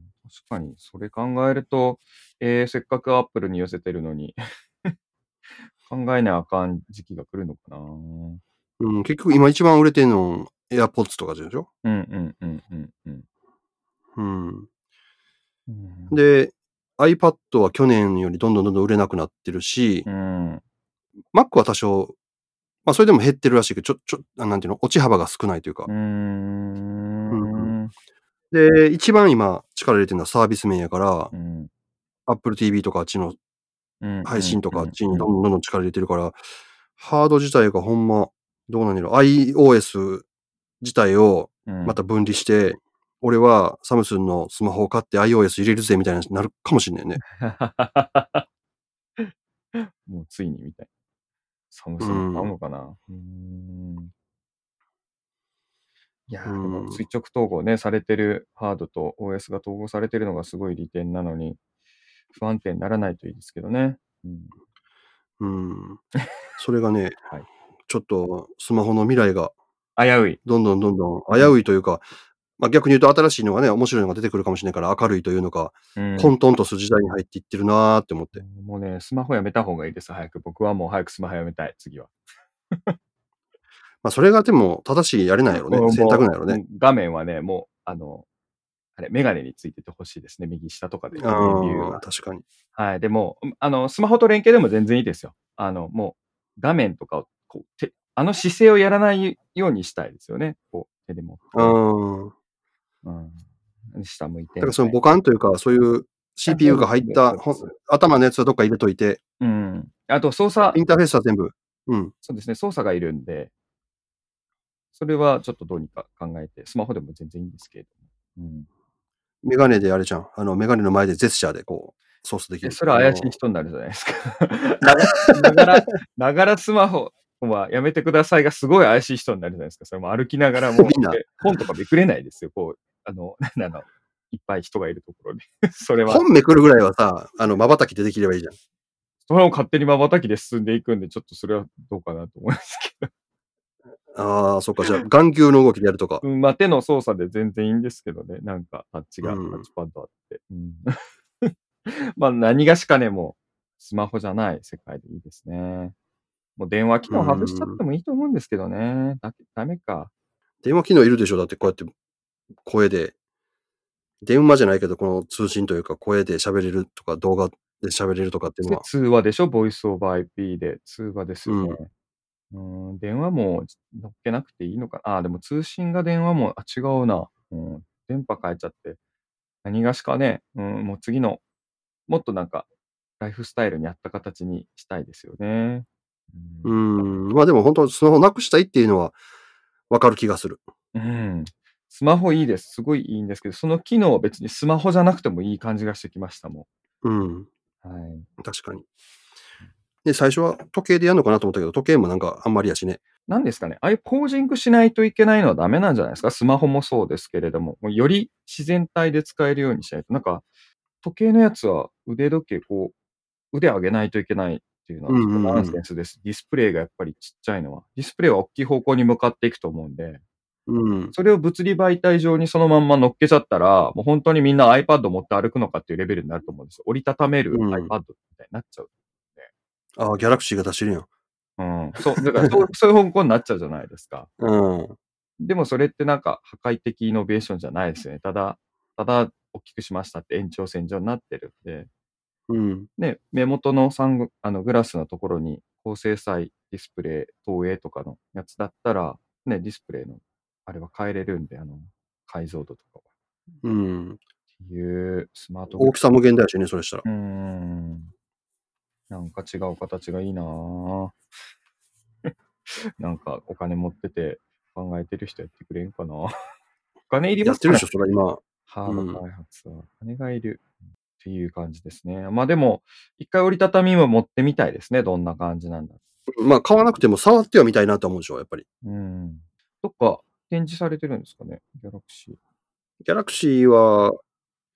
Speaker 2: 確かに、それ考えると、えー、せっかく Apple に寄せてるのに、 考えなあかん時期が来るのかな。うん
Speaker 1: うん、結局今一番売れてるの、AirPods とかでしょ
Speaker 2: うんうんうんうん。
Speaker 1: うん。
Speaker 2: うん、
Speaker 1: で、iPad は去年よりどんどんどんどん売れなくなってるし
Speaker 2: う、ん。
Speaker 1: Mac は多少、まあそれでも減ってるらしいけど、ちょ、ちょ、あなんていうの落ち幅が少ないというか
Speaker 2: う。ん。
Speaker 1: で、一番今力入れてるのはサービス面やから
Speaker 2: う、ん。
Speaker 1: Apple TV とかあっちの
Speaker 2: うん
Speaker 1: 配信とかあっちに
Speaker 2: うん
Speaker 1: どんどんどんどん力入れてるから、ハード自体がほんま、どうなんやろ iOS 自体を
Speaker 2: うん
Speaker 1: また分離して、俺はサムスンのスマホを買って iOS 入れるぜみたいなになるかもしんないね。
Speaker 2: もうついにみたいな。サムスン買うのかな、うーんいやー、
Speaker 1: うん
Speaker 2: でも垂直統合ね、されてるハードと OS が統合されてるのがすごい利点なのに、不安定にならないといいですけどね。うん、
Speaker 1: うん。それがね、
Speaker 2: はい
Speaker 1: ちょっとスマホの未来が
Speaker 2: 危うい。
Speaker 1: どんどんどんどん危ういというか、まあ逆に言うと新しいのがね、面白いのが出てくるかもしれないから明るいというのか、
Speaker 2: うん
Speaker 1: 混沌とする時代に入っていってるなーって思って。
Speaker 2: もうね、スマホやめた方がいいです、早く。僕はもう早くスマホやめたい、次は。
Speaker 1: まあそれがでも正しいやれないやろね
Speaker 2: もう。
Speaker 1: 選択なんやろね。。
Speaker 2: もう画面はね、もう、あの、あれ、メガネについててほしいですね、右下とかで。レビュー
Speaker 1: う
Speaker 2: が
Speaker 1: ん、確かに。
Speaker 2: はい。でも、うんあの、スマホと連携でも全然いいですよ。あの、もう、画面とかを、こう、手、あの姿勢をやらないようにしたいですよね。こう、手でも。
Speaker 1: うん。
Speaker 2: うん。下向いて。
Speaker 1: だからその母艦というか、そういう CPU が入ったほん頭のやつはどっか入れといて、
Speaker 2: うん。あと、操作
Speaker 1: イ、ンターフェースは全部。うん。
Speaker 2: そうですね、操作がいるんで、それはちょっとどうにか考えて、スマホでも全然いいんですけれども。うん。
Speaker 1: メガネであれじゃん。あの、メガネの前でジェスチャーでこう、操作でき
Speaker 2: え
Speaker 1: る。
Speaker 2: それは怪しい人になるじゃないですか。ながながら、ながらスマホはやめてくださいがすごい怪しい人になるじゃないですか。それも歩きながらもう
Speaker 1: みんな
Speaker 2: で本とかめくれないですよ。こう、あの、なんだろういっぱい人がいるところで。それ
Speaker 1: あの
Speaker 2: は、
Speaker 1: 本めくるぐらいはさ、あの、瞬きでできればいいじゃん。
Speaker 2: それを勝手に瞬きで進んでいくんで、ちょっとそれはどうかなと思いますけ
Speaker 1: ああ、そっか。じゃ あ、眼球の動きでやるとか。
Speaker 2: ど。うんまあ、手の操作で全然いいんですけどね。なんか、タッチが、
Speaker 1: うん
Speaker 2: タッチパッドあって。うん、 まあ、何がしかね、もう、スマホじゃない世界でいいですね。もう電話機能外しちゃってもいいと思うんですけどね。だダメか。
Speaker 1: 電話機能いるでしょだってこうやって、声で。電話じゃないけど、この通信というか、声で喋れるとか、動画で喋れるとかっていうの
Speaker 2: で
Speaker 1: は。
Speaker 2: 通話でしょボイスオーバー IP で通話ですよね。うーん、電話も乗っけなくていいのかな。あー、でも通信が電話も、あ、違うな。うん、電波変えちゃって。何がしかね、うん、もう次の、もっとなんか、ライフスタイルに合った形にしたいですよね。
Speaker 1: うーん。まあでも本当、スマホなくしたいっていうのはわかる気がする。
Speaker 2: うん。スマホいいです。すごいいいんですけど、その機能は別にスマホじゃなくてもいい感じがしてきましたも
Speaker 1: うん。
Speaker 2: ん。はい。
Speaker 1: 確かに。で、最初は時計でやるのかなと思ったけど、時計もなんかあんまりやしね。
Speaker 2: なんですかね。ああいうポージングしないといけないのはダメなんじゃないですか。スマホもそうですけれども、もうより自然体で使えるようにしないと。なんか、時計のやつは腕時計、こう、腕上げないといけないっていうのは、
Speaker 1: うん
Speaker 2: ち
Speaker 1: うんうん
Speaker 2: ょっとナンセンスです。ディスプレイがやっぱりちっちゃいのは。ディスプレイは大きい方向に向かっていくと思うんで、
Speaker 1: うん。
Speaker 2: それを物理媒体上にそのまんま乗っけちゃったら、もう本当にみんな iPad 持って歩くのかっていうレベルになると思うんですよ。折りたためる
Speaker 1: うん
Speaker 2: iPad みたいになっちゃう。
Speaker 1: ああ、ギャラクシーが出してるやん。
Speaker 2: うん。そう、だからそうそういう方向になっちゃうじゃないですか。
Speaker 1: うん。
Speaker 2: でもそれってなんか破壊的イノベーションじゃないですよね。ただ、ただ大きくしましたって延長線上になってるんで、
Speaker 1: うん。
Speaker 2: ね、目元のサングあのグラスのところに高精細ディスプレイ、投影とかのやつだったら、ね、ディスプレイのあれは変えれるんで、あの、解像度とかは。
Speaker 1: うん。
Speaker 2: っていうスマートフォン
Speaker 1: 大きさ無限だよしね、それしたら。
Speaker 2: うーん。なんか違う形がいいなぁ。 なんかお金持ってて考えてる人やってくれんかなお金いり
Speaker 1: や
Speaker 2: ま
Speaker 1: っ
Speaker 2: す
Speaker 1: て
Speaker 2: か
Speaker 1: る
Speaker 2: ら
Speaker 1: でしょ、それ今。
Speaker 2: ハー
Speaker 1: うん
Speaker 2: ド開発はお金がいる。っていう感じですね。まあでも、一回折りたたみも持ってみたいですね。どんな感じなんだ。
Speaker 1: まあ、買わなくても触ってはみたいなと思うでしょ、やっぱり。
Speaker 2: うん。どっか展示されてるんですかね。ギャラクシー。
Speaker 1: ギャラクシーは、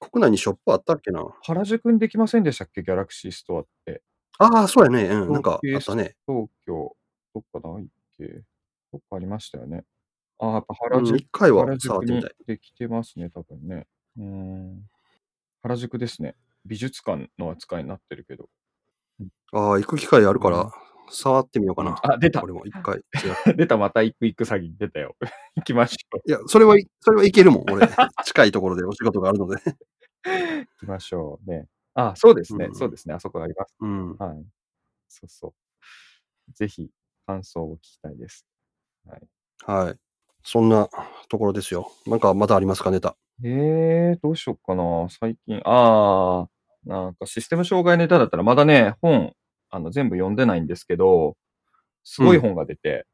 Speaker 1: 国内にショップあったっけな
Speaker 2: 原宿にできませんでしたっけギャラクシーストアって。
Speaker 1: ああ、そうやね。うん。なんかあったね。
Speaker 2: 東京、どっかないっけどっかありましたよね。ああ、やっぱ
Speaker 1: う
Speaker 2: 原
Speaker 1: ん、
Speaker 2: 宿
Speaker 1: 一、回は
Speaker 2: 原
Speaker 1: 触っ
Speaker 2: 宿
Speaker 1: てみ
Speaker 2: に
Speaker 1: たい。
Speaker 2: できてますね、多分ね。うーん。原宿ですね。美術館の扱いになってるけど。
Speaker 1: ああ、行く機会あるか
Speaker 2: うん
Speaker 1: ら、触ってみようかな。
Speaker 2: あ、出た
Speaker 1: これも一回。違う
Speaker 2: 出たまた行く行く詐欺出たよ。 行きましょう。
Speaker 1: いや、それは、それはいけるもん、俺。 近いところでお仕事があるので。
Speaker 2: 行きましょうね。あ、そうですね、
Speaker 1: うん
Speaker 2: そうですね。あそこがあります。
Speaker 1: うん。
Speaker 2: はい。そうそう。ぜひ、感想を聞きたいです。
Speaker 1: はい。そんなところですよ。なんかまだありますか、ネタ。
Speaker 2: えー、どうしよっかな。最近、あー、なんかシステム障害ネタだったら、まだね、本、あの、全部読んでないんですけど、すごい本が出て、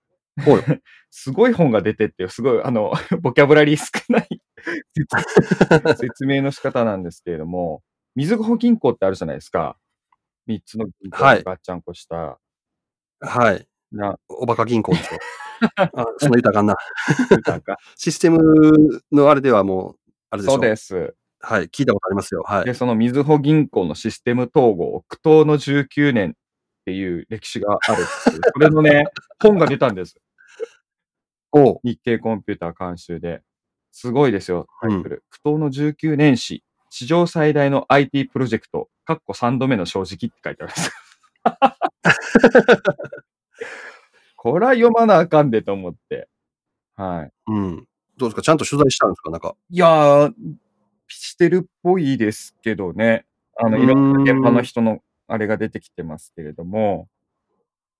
Speaker 1: ほい。
Speaker 2: すごい本が出てっていう、すごい、あの、 ボキャブラリー少ない 説説明の仕方なんですけれども、みずほ銀行ってあるじゃないですか。三つの銀行
Speaker 1: は
Speaker 2: が
Speaker 1: い
Speaker 2: ガッチャンコした、
Speaker 1: はい。
Speaker 2: な、
Speaker 1: おバカ銀行で しょ。あその豊かんな。
Speaker 2: 豊か。
Speaker 1: システムのあれではもう、あれでしょ。
Speaker 2: そうです。
Speaker 1: はい。聞いたことありますよ。はい。
Speaker 2: で、そのみずほ銀行のシステム統合、苦闘の19年っていう歴史があるって いう。それのね、本が出たんです。
Speaker 1: おう。
Speaker 2: 日経コンピューター監修で。すごいですよ。
Speaker 1: うん
Speaker 2: 苦闘の19年史、史上最大の IT プロジェクト、かっこ3度目の正直って書いてあるんです。 これは読まなあかんでと思って。はい。
Speaker 1: うん。どうですかちゃんと取材したんですかなんか。
Speaker 2: いやー、してるっぽいですけどね。あの、
Speaker 1: うーん
Speaker 2: いろんな現場の人のあれが出てきてますけれども、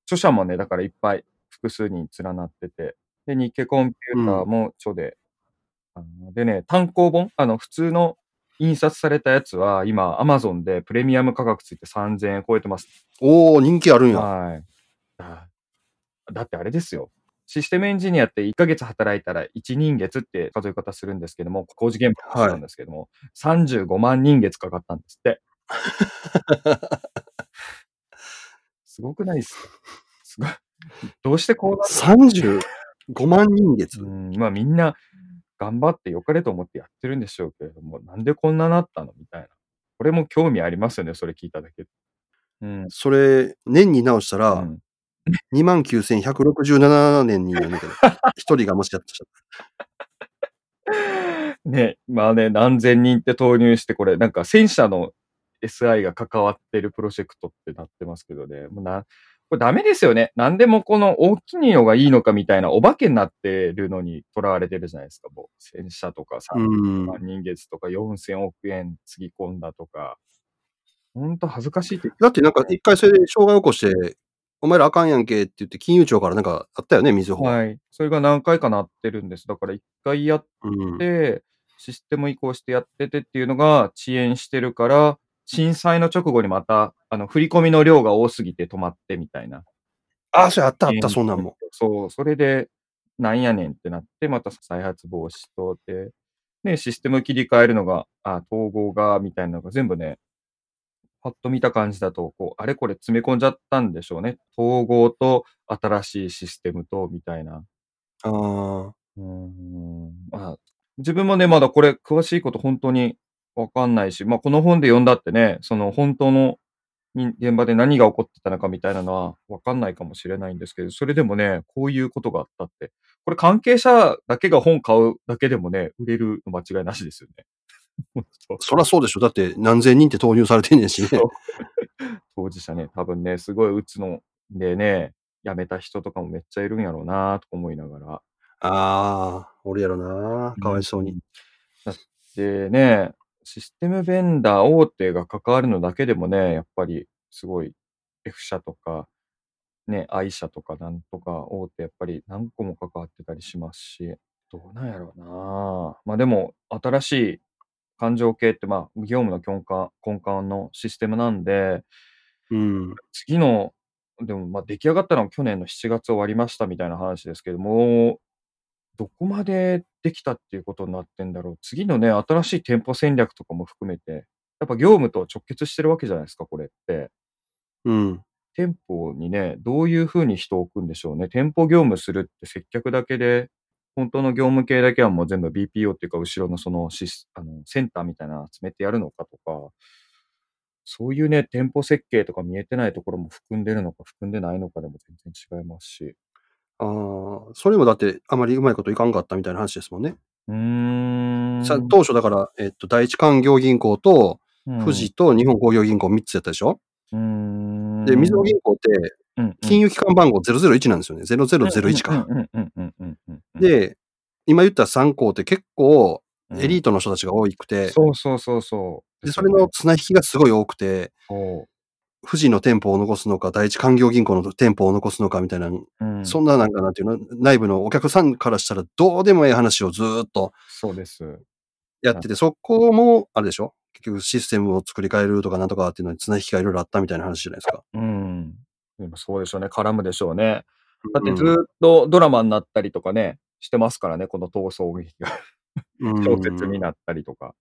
Speaker 2: 著者もね、だからいっぱい複数人連なってて、で、日経コンピューターも著で、あのでね、単行本、あの、普通の印刷されたやつは、今、アマゾンでプレミアム価格ついて3000円超えてます。
Speaker 1: おお人気あるんや。
Speaker 2: はい。あだってあれですよ。システムエンジニアって1ヶ月働いたら1人月って数え方するんですけども、工事現場の人なんですけども、35万人月かかったんです って。すごくないっすかすごい。どうしてこうな
Speaker 1: 35万人月
Speaker 2: う。ん、まあみんな頑張って良かれと思ってやってるんでしょうけれども、なんでこんななったのみたいな。これも興味ありますよね、それ聞いただけで。うん。
Speaker 1: それ、年に直した
Speaker 2: う
Speaker 1: ら、
Speaker 2: ん
Speaker 1: 29,167年になるんだけ ど、一人がもしやったとした
Speaker 2: ね、まあね、何千人って投入して、これ、なんか戦車の SI が関わってるプロジェクトってなってますけどね、もうな、これダメですよね。何でもこの大きいのがいいのかみたいなお化けになってるのに囚われてるじゃないですか、もう。戦車とかさ、
Speaker 1: ら。うん。
Speaker 2: 万人月とか4000億円つぎ込んだとか。ほんと恥ずかしいって。
Speaker 1: だってなんか一回それで障害を起こしてお前らあかんやんけって言って、金融庁からなんかあったよね、みずほ。
Speaker 2: はい。それが何回かなってるんです。だから一回やっ
Speaker 1: うん。
Speaker 2: て、システム移行してやっててっていうのが遅延してるから、震災の直後にまた、あの、振り込みの量が多すぎて止まってみたいな。
Speaker 1: ああ、それあったあった、そんなんも。
Speaker 2: そう、それで、なんやねんってなって、また再発防止とで、ね、システム切り替えるのが、あ、統合が、みたいなのが全部ね、パッと見た感じだと、こう、あれこれ詰め込んじゃったんでしょうね。統合と新しいシステムと、みたいな。
Speaker 1: ああ。
Speaker 2: うーんまあ、自分もね、まだこれ、詳しいこと本当にわかんないし、まあ、この本で読んだってね、その本当のに現場で何が起こってたのかみたいなのはわかんないかもしれないんですけど、それでもね、こういうことがあったって、これ関係者だけが本買うだけでもね、売れるの間違いなしですよね。 本当
Speaker 1: そりゃそうでしょ。だって何千人って投入されてんねんしね。
Speaker 2: 当事者ね、多分ね、すごい鬱のでね、辞めた人とかもめっちゃいるんやろうなとか思いながら。
Speaker 1: ああ、俺やろな。かわいそうに。
Speaker 2: だってね、システムベンダー大手が関わるのだけでもね、やっぱりすごい F 社とか、ね、I 社とかなんとか大手やっぱり何個も関わってたりしますし、どうなんやろうなまあでも、新しい感情系って、まあ、業務の根幹、根幹のシステムなんで、
Speaker 1: うん。
Speaker 2: 次の、でも、まあ、出来上がったのは去年の7月終わりましたみたいな話ですけども、どこまでできたっていうことになってんだろう。次のね、新しい店舗戦略とかも含めて、やっぱ業務と直結してるわけじゃないですか、これって。
Speaker 1: うん。
Speaker 2: 店舗にね、どういうふうに人を置くんでしょうね。店舗業務するって接客だけで、本当の業務系だけはもう全部 BPO っていうか、後ろのそのシスあのセンターみたいなの集めてやるのかとか、そういうね、店舗設計とか見えてないところも含んでるのか含んでないのかでも全然違いますし。
Speaker 1: ああ、それもだってあまりうまいこといかんかったみたいな話ですもんね。
Speaker 2: うーん。
Speaker 1: さ当初だから、えっと、第一環業銀行と、
Speaker 2: うん、
Speaker 1: 富士と日本工業銀行3つやったでしょ、
Speaker 2: うーん。
Speaker 1: で、みずほ銀行って金
Speaker 2: 融
Speaker 1: 融機関番号001なんですよね。0001か。。
Speaker 2: うんうんうんうんうんうん、
Speaker 1: で、今言った3校って結構エリ
Speaker 2: ー
Speaker 1: ートの人たちが多くて、
Speaker 2: そうそうそうそう。
Speaker 1: でそれの綱引きがすごい多くて、
Speaker 2: こ
Speaker 1: 富士の店舗を残すのか、第一環業銀行の店舗を残すのかみたいな、
Speaker 2: う、うん、
Speaker 1: そんななんかなんていうの、内部のお客さんからしたらどうでもええ話をずーっと
Speaker 2: そうです。
Speaker 1: やってて、そこも、あれでしょ結局システムを作り変えるとかなんとかっていうのに綱引きがいろいろあったみたいな話じゃないですか。
Speaker 2: うん。でもそうでしょうね。絡むでしょうね。だってず
Speaker 1: っ
Speaker 2: ーっとドラマになったりとかね、してますからね、この闘争劇が。
Speaker 1: と
Speaker 2: 小説になったりとか。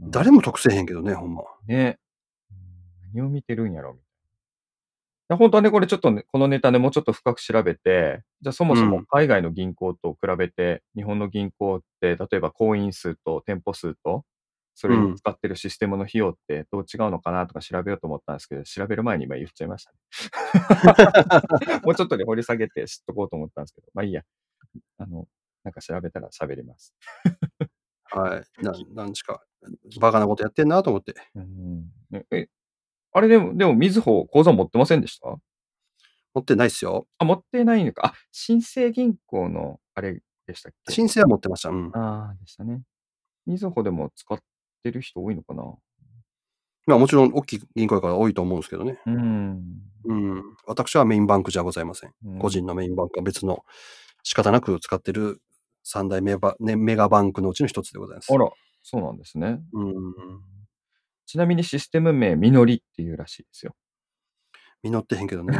Speaker 1: 誰も得せへんけどね、ほんま。
Speaker 2: ね。何を見てるんやろみたいな。いや本当はね、これちょっとね、このネタでもうちょっと深く調べて、じゃあそもそうも
Speaker 1: ん
Speaker 2: 海外の銀行と比べて、日本の銀行って、例えば行員数と店舗数と、それに使ってるシステムの費用ってどう違うのかなとか調べようと思ったんですけど、調べる前に今言っちゃいましたね。もうちょっとね、 掘り下げて知っとこうと思ったんですけど、まあいいや。あの、なんか調べたら喋ります。
Speaker 1: はい。な、なんちか、バカなことやってんなと思って。
Speaker 2: うん、え、えあれでも、でも、みずほ、口座持ってませんでした
Speaker 1: 持ってないっすよ。
Speaker 2: あ、持ってないのか。あ、新生銀行の、あれでしたっけ
Speaker 1: 申請は持ってました。うん。
Speaker 2: ああ、でしたね。みずほでも使ってる人多いのかな
Speaker 1: まあもちろん大きい銀行やから多いと思うんですけどね。
Speaker 2: うん。
Speaker 1: うん。私はメインバンクじゃございません。
Speaker 2: うん
Speaker 1: 個人のメインバンクは別の仕方なく使ってる三大メバ、ね、メガバンクのうちの一つでございます。
Speaker 2: あら、そうなんですね。
Speaker 1: うん。
Speaker 2: ちなみにシステム名、みのりっていうらしいですよ。
Speaker 1: 実ってへんけどね。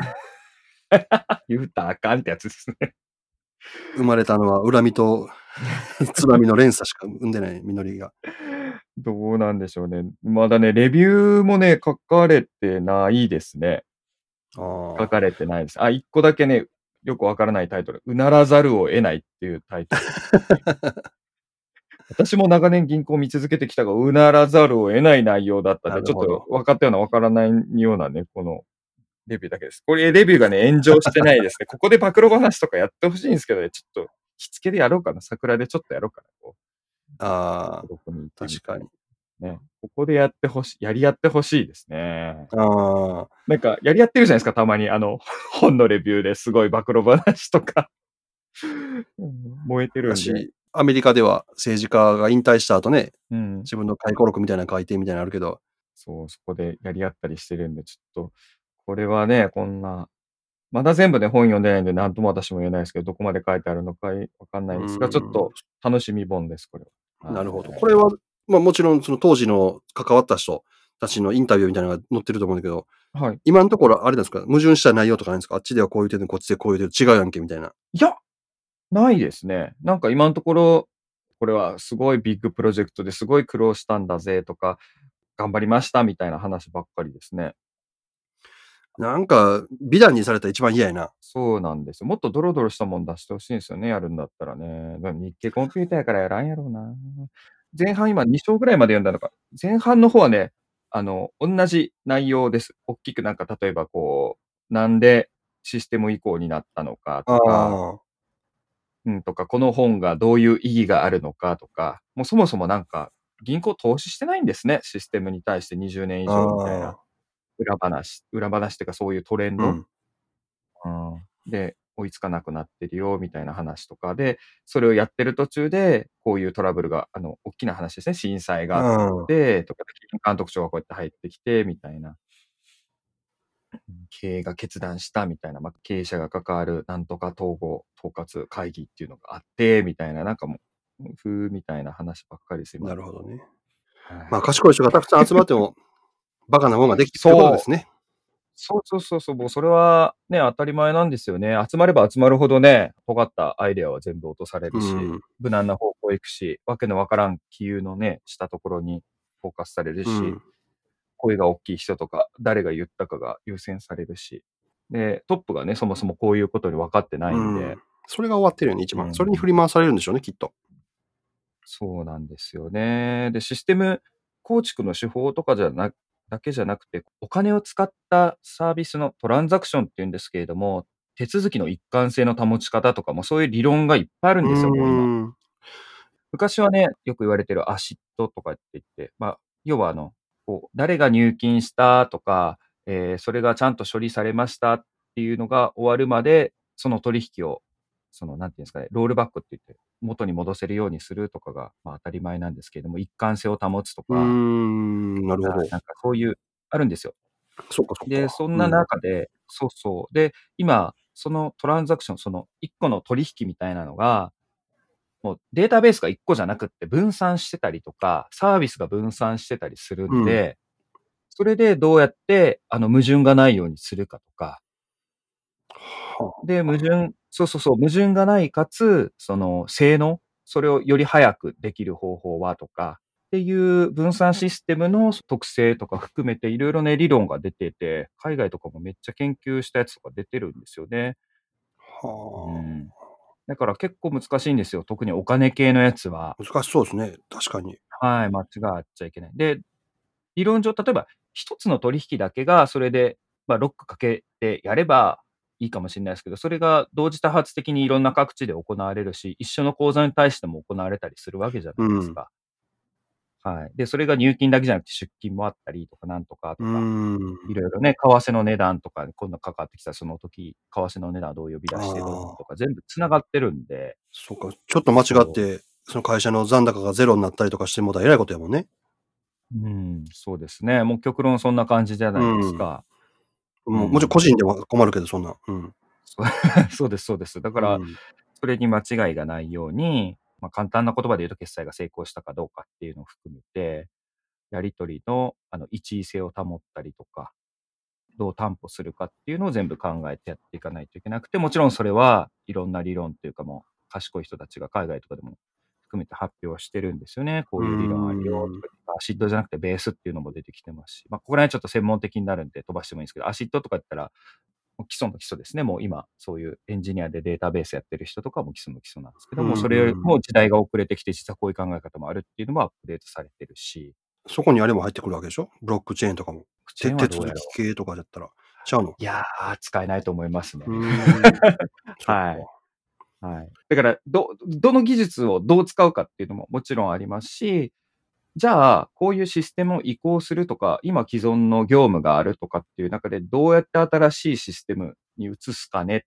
Speaker 2: 言うたらあかんってやつですね。
Speaker 1: 生まれたのは恨みと つらみの連鎖しか生んでない実りが。
Speaker 2: どうなんでしょうね。まだね、レビューもね、書かれてないですね。
Speaker 1: あ
Speaker 2: 書
Speaker 1: あ。
Speaker 2: かれてないです。あ、一個だけね、よくわからないタイトル。うならざるを得ないっていうタイトル。 私も長年銀行を見続けてきたが、うならざるを得ない内容だったん
Speaker 1: な
Speaker 2: で、
Speaker 1: る
Speaker 2: ちょ
Speaker 1: ほ
Speaker 2: っ
Speaker 1: ど
Speaker 2: と分かったような分からないようなね、このレビューだけです。これ、レビューがね、炎上してないです ね。ここで暴露話とかやってほしいんですけどね、ちょっと、しつけでやろうかな。桜でちょっとやろうかな。こ
Speaker 1: ああ
Speaker 2: う。孤独に
Speaker 1: 確かに。
Speaker 2: ね。ここでやってほしい、やり合ってほしいですね。
Speaker 1: ああ。
Speaker 2: なんか、やり合ってるじゃないですか、たまに。あの、 本のレビューですごい暴露話とか。燃えてるんで。
Speaker 1: 私、アメリカでは政治家が引退した後ね、
Speaker 2: うん。
Speaker 1: 自分の回顧録みたいなの書いてみたいなのあるけど、
Speaker 2: そう、そこでやり合ったりしてるんで、ちょっと、これはね、こんなまだ全部で本読んでないんで、なんとも私も言えないですけど、どこまで書いてあるのかいわかんないんですが、
Speaker 1: うん
Speaker 2: ちょっと楽しみ本です、これは。
Speaker 1: なるほど。
Speaker 2: はい
Speaker 1: これは、まあもちろんその当時の関わった人たちのインタビューみたいなのが載ってると思うんだけど、
Speaker 2: はい。
Speaker 1: 今のところあれなんですか矛盾した内容とかないんですかあっちではこう言うてるのこっちでこう言うてる違うやんけみたいな。
Speaker 2: いや、ないですね。なんか今のところ、これはすごいビッグプロジェクトですごい苦労したんだぜとか、頑張りましたみたいな話ばっかりですね。
Speaker 1: なんか、美談にされたら一番嫌やな。
Speaker 2: そうなんですよ。もっとドロドロしたもん出してほしいんですよね、やるんだったらね。でも日経コンピューターやからやらんやろうな。前半今2章ぐらいまで読んだのか。前半の方はね、あの、同じ内容です。大きくなんか、例えばこう、なんでシステム移行になったのかとか、
Speaker 1: ああ。
Speaker 2: うん、とか、この本がどういう意義があるのかとか、もうそもそもなんか、銀行投資してないんですね、システムに対して20年以上みたい
Speaker 1: あー
Speaker 2: な。裏話、裏話っていうかそういうトレンド。
Speaker 1: うん。
Speaker 2: うんで、追いつかなくなってるよ、みたいな話とかで、それをやってる途中で、こういうトラブルが、あの、大きな話ですね、震災があって、とか、監督長がこうやって入ってきて、みたいな。経営が決断したみたいな、まあ、経営者が関わるなんとか統合、統括会議っていうのがあって、みたいな、なんかもう、ふうみたいな話ばっかりです、
Speaker 1: うん
Speaker 2: 今
Speaker 1: なるほどね。
Speaker 2: はい
Speaker 1: まあ賢い人がたくさん集まって も、バカなもんができて
Speaker 2: そう
Speaker 1: ることですね。
Speaker 2: そうそうそうそう、もうそれはね、当たり前なんですよね。集まれば集まるほどね、尖ったアイデアは全部落とされ
Speaker 1: う
Speaker 2: るし、
Speaker 1: ん。
Speaker 2: 無難な方向行くし、わけのわからん気遊のね、したところにフォーカスされるし、
Speaker 1: うん
Speaker 2: 声が大きい人とか、誰が言ったかが優先されるし、で、トップがね、そもそもこういうことに分かってないんで、
Speaker 1: うんそれが終わってるよね、一
Speaker 2: う
Speaker 1: 番。
Speaker 2: ん
Speaker 1: それに振り回されるんでしょうね、きっと。
Speaker 2: そうなんですよね。で、システム構築の手法とかじゃなだけじゃなくて、お金を使ったサービスのトランザクションっていうんですけれども、手続きの一貫性の保ち方とかもそういう理論がいっぱいあるんですよ、もう今。
Speaker 1: うん
Speaker 2: 昔はね、よく言われてるアシットとかって言って、まあ、要はあの、こう、誰が入金したとか、えーそれがちゃんと処理されましたっていうのが終わるまで、その取引を、その、なんていうんですかね、ロールバックって言って、元に戻せるようにするとかが、まあ、当たり前なんですけれども、一貫性を保つとか、
Speaker 1: うーん、なるほ
Speaker 2: なん
Speaker 1: ど。
Speaker 2: かそういう、あるんですよ。
Speaker 1: そっかそっか。
Speaker 2: で、そんな中で、そうそう。で、今、そのトランザクション、その1個の取引みたいなのが、もうデータベースが1個じゃなくって分散してたりとか、サービスが分散してたりするんで、それでどうやって、あの、矛盾がないようにするかとか、
Speaker 1: は
Speaker 2: で、矛盾、そうそうそう、矛盾がないかつ、その、性能、それをより早くできる方法はとか、っていう分散システムの特性とか含めていろいろね、理論が出てて、海外とかもめっちゃ研究したやつとか出てるんですよね。
Speaker 1: あ
Speaker 2: う
Speaker 1: は
Speaker 2: んだから結構難しいんですよ。特にお金系のやつは。
Speaker 1: あ難しそうですね、確かに。
Speaker 2: はい、間違っちゃいけない。で、理論上、例えば、一つの取引だけが、それで、まあ、ロックかけてやればいいかもしれないですけど、それが同時多発的にいろんな各地で行われるし、一緒の口座に対しても行われたりするわけじゃないですか。はい。で、それが入金だけじゃなくて、出金もあったりとか、なんとかと
Speaker 1: う
Speaker 2: か、
Speaker 1: ーん。
Speaker 2: いろいろね、為替の値段とか、今度かかってきたその時、為替の値段をどう呼び出してるのかとか、全部繋がってるんで、
Speaker 1: そうか、ちょっと間違って、その会社の残高がゼロになったりとかしてもうたらえらいことやもんね。
Speaker 2: うん、そうですね。もう極論そんな感じじゃないですか。
Speaker 1: もう
Speaker 2: うん
Speaker 1: もちろん個人でも困るけど、そんな。うん。
Speaker 2: そうです、そうです。
Speaker 1: だ
Speaker 2: だから、それに間違いがないように、まあ、簡単な言葉で言うと決済が成功したかどうかっていうのを含めて、やり取りのあの一位性を保ったりとか、どう担保するかっていうのを全部考えてやっていかないといけなくて、もちろんそれはいろんな理論というかもう賢い人たちが海外とかでも含めて発表してるんですよね。こういう理論あるよとか、アシッドじゃなくてベースっていうのも出てきてますし、まあ、ここら辺ちょっと専門的になるんで飛ばしてもいいんですけど、アシッドとか言ったら、もう基礎の基礎ですね。もう今、そういうエンジニアでデータベースやってる人とかも基礎の基礎なんですけど
Speaker 1: うんう
Speaker 2: も、
Speaker 1: ん
Speaker 2: それよりも時代が遅れてきて、実はこういう考え方もあるっていうのもアップデートされてるし、
Speaker 1: そこにあれも入ってくるわけでしょブロックチェーンとかも。
Speaker 2: チェ
Speaker 1: 手
Speaker 2: ーンは
Speaker 1: 手
Speaker 2: ど
Speaker 1: 続
Speaker 2: うやろ
Speaker 1: き系とかだったら。ちゃうの
Speaker 2: ういやー、使えないと思いますね。
Speaker 1: うーん
Speaker 2: はいはい。だから、ど、どの技術をどう使うかっていうのももちろんありますし、じゃあ、こういうシステムを移行するとか、今既存の業務があるとかっていう中で、どうやって新しいシステムに移すかねっ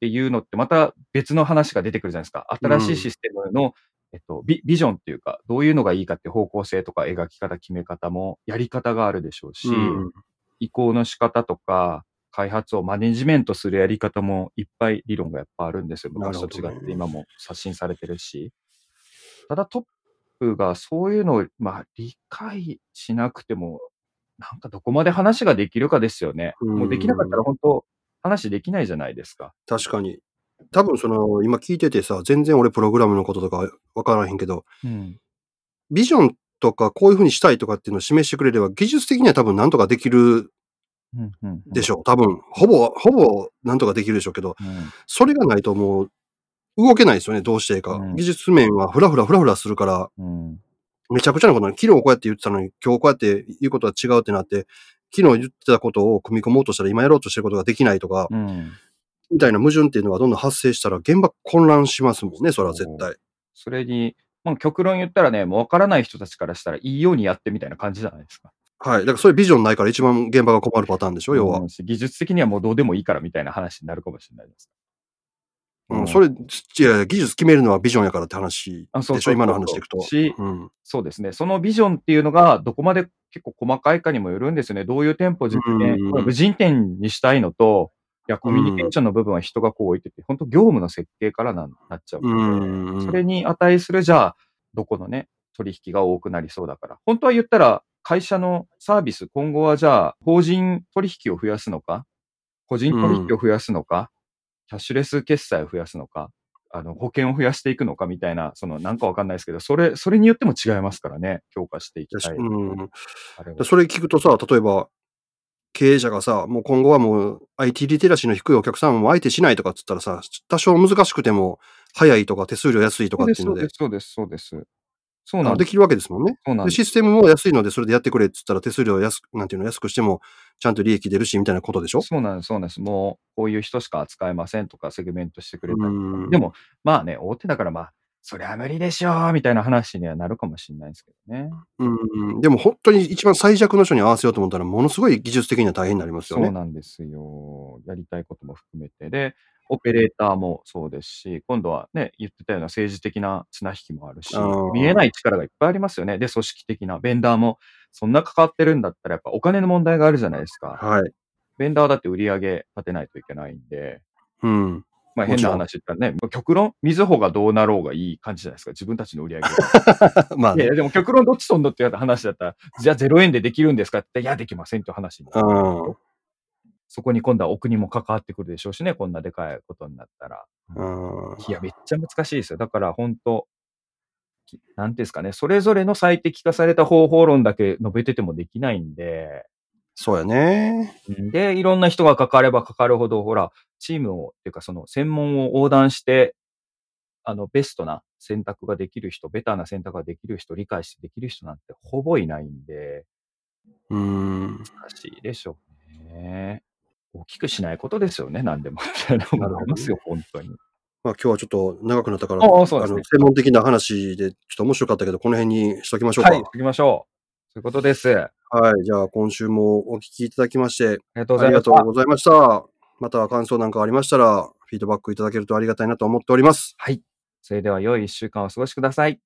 Speaker 2: ていうのって、また別の話が出てくるじゃないですか。新しいシステムの、えっと、ビビジョンっていうか、どういうのがいいかっていう方向性とか描き方、決め方も、やり方があるでしょうし、
Speaker 1: うん
Speaker 2: 移行の仕方とか、開発をマネジメントするやり方もいっぱい理論がやっぱあるんですよ。
Speaker 1: なる
Speaker 2: 昔
Speaker 1: ほど
Speaker 2: と
Speaker 1: ね
Speaker 2: 違って今も刷新されてるし。ただトップがそういうのを、まあ、理解しなくても、なんかどこまで話ができるかですよね。
Speaker 1: うん
Speaker 2: もうできなかったら本当話できないじゃないですか。
Speaker 1: 確かに。多分その、今聞いててさ、全然俺プログラムのこととかわからへんけど、
Speaker 2: うん。
Speaker 1: ビジョンとかこういうふうにしたいとかっていうのを示してくれれば、技術的には多分なんとかできる
Speaker 2: うんうん、
Speaker 1: でしょう。多分、ほぼ、ほぼなんとかできるでしょうけど、
Speaker 2: うん。
Speaker 1: それがないともう動けないですよね、どうしていいか。
Speaker 2: うん
Speaker 1: 技術面はフラフラフラフラするから、
Speaker 2: うん。うん。
Speaker 1: めちゃくちゃなことなの昨日こうやって言ってたのに、今日こうやって言うことは違うってなって、昨日言ってたことを組み込もうとしたら今やろうとしてることができないとか、
Speaker 2: うん
Speaker 1: みたいな矛盾っていうのがどんどん発生したら現場混乱しますもんね、それは絶対。
Speaker 2: それに、まあ、極論言ったらね、もう分からない人たちからしたらいいようにやってみたいな感じじゃないですか。
Speaker 1: はい。だからそういうビジョンないから一番現場が困るパターンでしょ、要は
Speaker 2: う。んし技術的にはもうどうでもいいからみたいな話になるかもしれないです。
Speaker 1: うん、それ、いやいや技術決めるのはビジョンやからって話
Speaker 2: あそう
Speaker 1: でしょ、
Speaker 2: そう
Speaker 1: 今の話でいくと。
Speaker 2: し
Speaker 1: うん。
Speaker 2: そうですね。そのビジョンっていうのが、どこまで結構細かいかにもよるんですよね。どういう店舗実現、
Speaker 1: うん
Speaker 2: これ無人店にしたいのと、いや、コミュニケーションの部分は人がこう置いてて、本当業務の設計からなんなっちゃうの
Speaker 1: うん
Speaker 2: で、それに値する、じゃあ、どこのね、取引が多くなりそうだから。本当は言ったら、会社のサービス、今後はじゃあ、法人取引を増やすのか、個人取引を増やすのか、キャッシュレス決済を増やすのか、あの、保険を増やしていくのかみたいな、その、なんかわかんないですけど、それ、それによっても違いますからね、強化していきたい。
Speaker 1: うん
Speaker 2: あれは
Speaker 1: それ聞くとさ、例えば、経営者がさ、もう今後はもう IT リテラシーの低いお客さんを相手しないとかっつったらさ、多少難しくても、早いとか手数料安いとか
Speaker 2: そ
Speaker 1: っ
Speaker 2: うで
Speaker 1: ていう
Speaker 2: す、
Speaker 1: の
Speaker 2: そう
Speaker 1: で
Speaker 2: で、す、そうです、そうです。そう
Speaker 1: あ
Speaker 2: な
Speaker 1: の
Speaker 2: んで。
Speaker 1: ですきるわけですもんね。
Speaker 2: そうなん
Speaker 1: で
Speaker 2: です。
Speaker 1: システムも安いので、それでやってくれっつったら手数料安く、なんていうの、安くしても、ちゃんと利益出るし、みたいなことでしょ
Speaker 2: そうなんです、そうなんです。もう、こういう人しか扱えませんとか、セグメントしてくれたりと
Speaker 1: うん
Speaker 2: か。でも、まあね、大手だから、まあ、そりゃ無理でしょう、みたいな話にはなるかもしれないですけどね。
Speaker 1: うん。でも本当に一番最弱の人に合わせようと思ったら、ものすごい技術的には大変になりますよ
Speaker 2: そう
Speaker 1: ね。
Speaker 2: なんですよ。やりたいことも含めて。で、オペレーターもそうですし、今度はね、言ってたような政治的な綱引きもあるし
Speaker 1: あー、
Speaker 2: 見えない力がいっぱいありますよね。で、組織的な、ベンダーも、そんな関わってるんだったら、やっぱお金の問題があるじゃないですか。
Speaker 1: はい。
Speaker 2: ベンダーだって売り上げ立てないといけないんで、
Speaker 1: うん。
Speaker 2: ま
Speaker 1: も
Speaker 2: あ変
Speaker 1: ちろ
Speaker 2: なん話言ったらね、極論、みずほがどうなろうがいい感じじゃないですか。自分たちの売り上げが。
Speaker 1: まあ
Speaker 2: いや
Speaker 1: ね。
Speaker 2: いや、でも極論どっちとんのって話だったら、じゃあ0円でできるんですかって、いや、できませんっていう話になる
Speaker 1: うん。
Speaker 2: そこに今度はお国も関わってくるでしょうしね、こんなでかいことになったら。
Speaker 1: うん
Speaker 2: いや、めっちゃ難しいですよ。だから本当、きなんていうんですかね、それぞれの最適化された方法論だけ述べててもできないんで、
Speaker 1: そうやね。
Speaker 2: で、いろんな人が関われば関わるほど、ほら、チームを、っていうかその専門を横断して、あの、ベストな選択ができる人、ベターな選択ができる人、理解してできる人なんてほぼいないんで、
Speaker 1: うん。
Speaker 2: 難しいでしょうね。大きくしないことですよね、何でも。みたいな思いますよ、本当に。
Speaker 1: まあ今日はちょっと長くなったから、
Speaker 2: ああそうですね
Speaker 1: の、専門的な話でちょっと面白かったけど、この辺にしときましょう
Speaker 2: はい、
Speaker 1: か。
Speaker 2: 行きましょう。そういうことです。あ
Speaker 1: はい。じゃあ今週もお聞きいただきまして、
Speaker 2: りがとうご
Speaker 1: あ
Speaker 2: ざい
Speaker 1: りが
Speaker 2: まし
Speaker 1: と
Speaker 2: た
Speaker 1: う。ございました。また感想なんかありましたら、フィードバックいただけるとありがたいなと思っております。
Speaker 2: はい。それでは良い一週間をお過ごしください。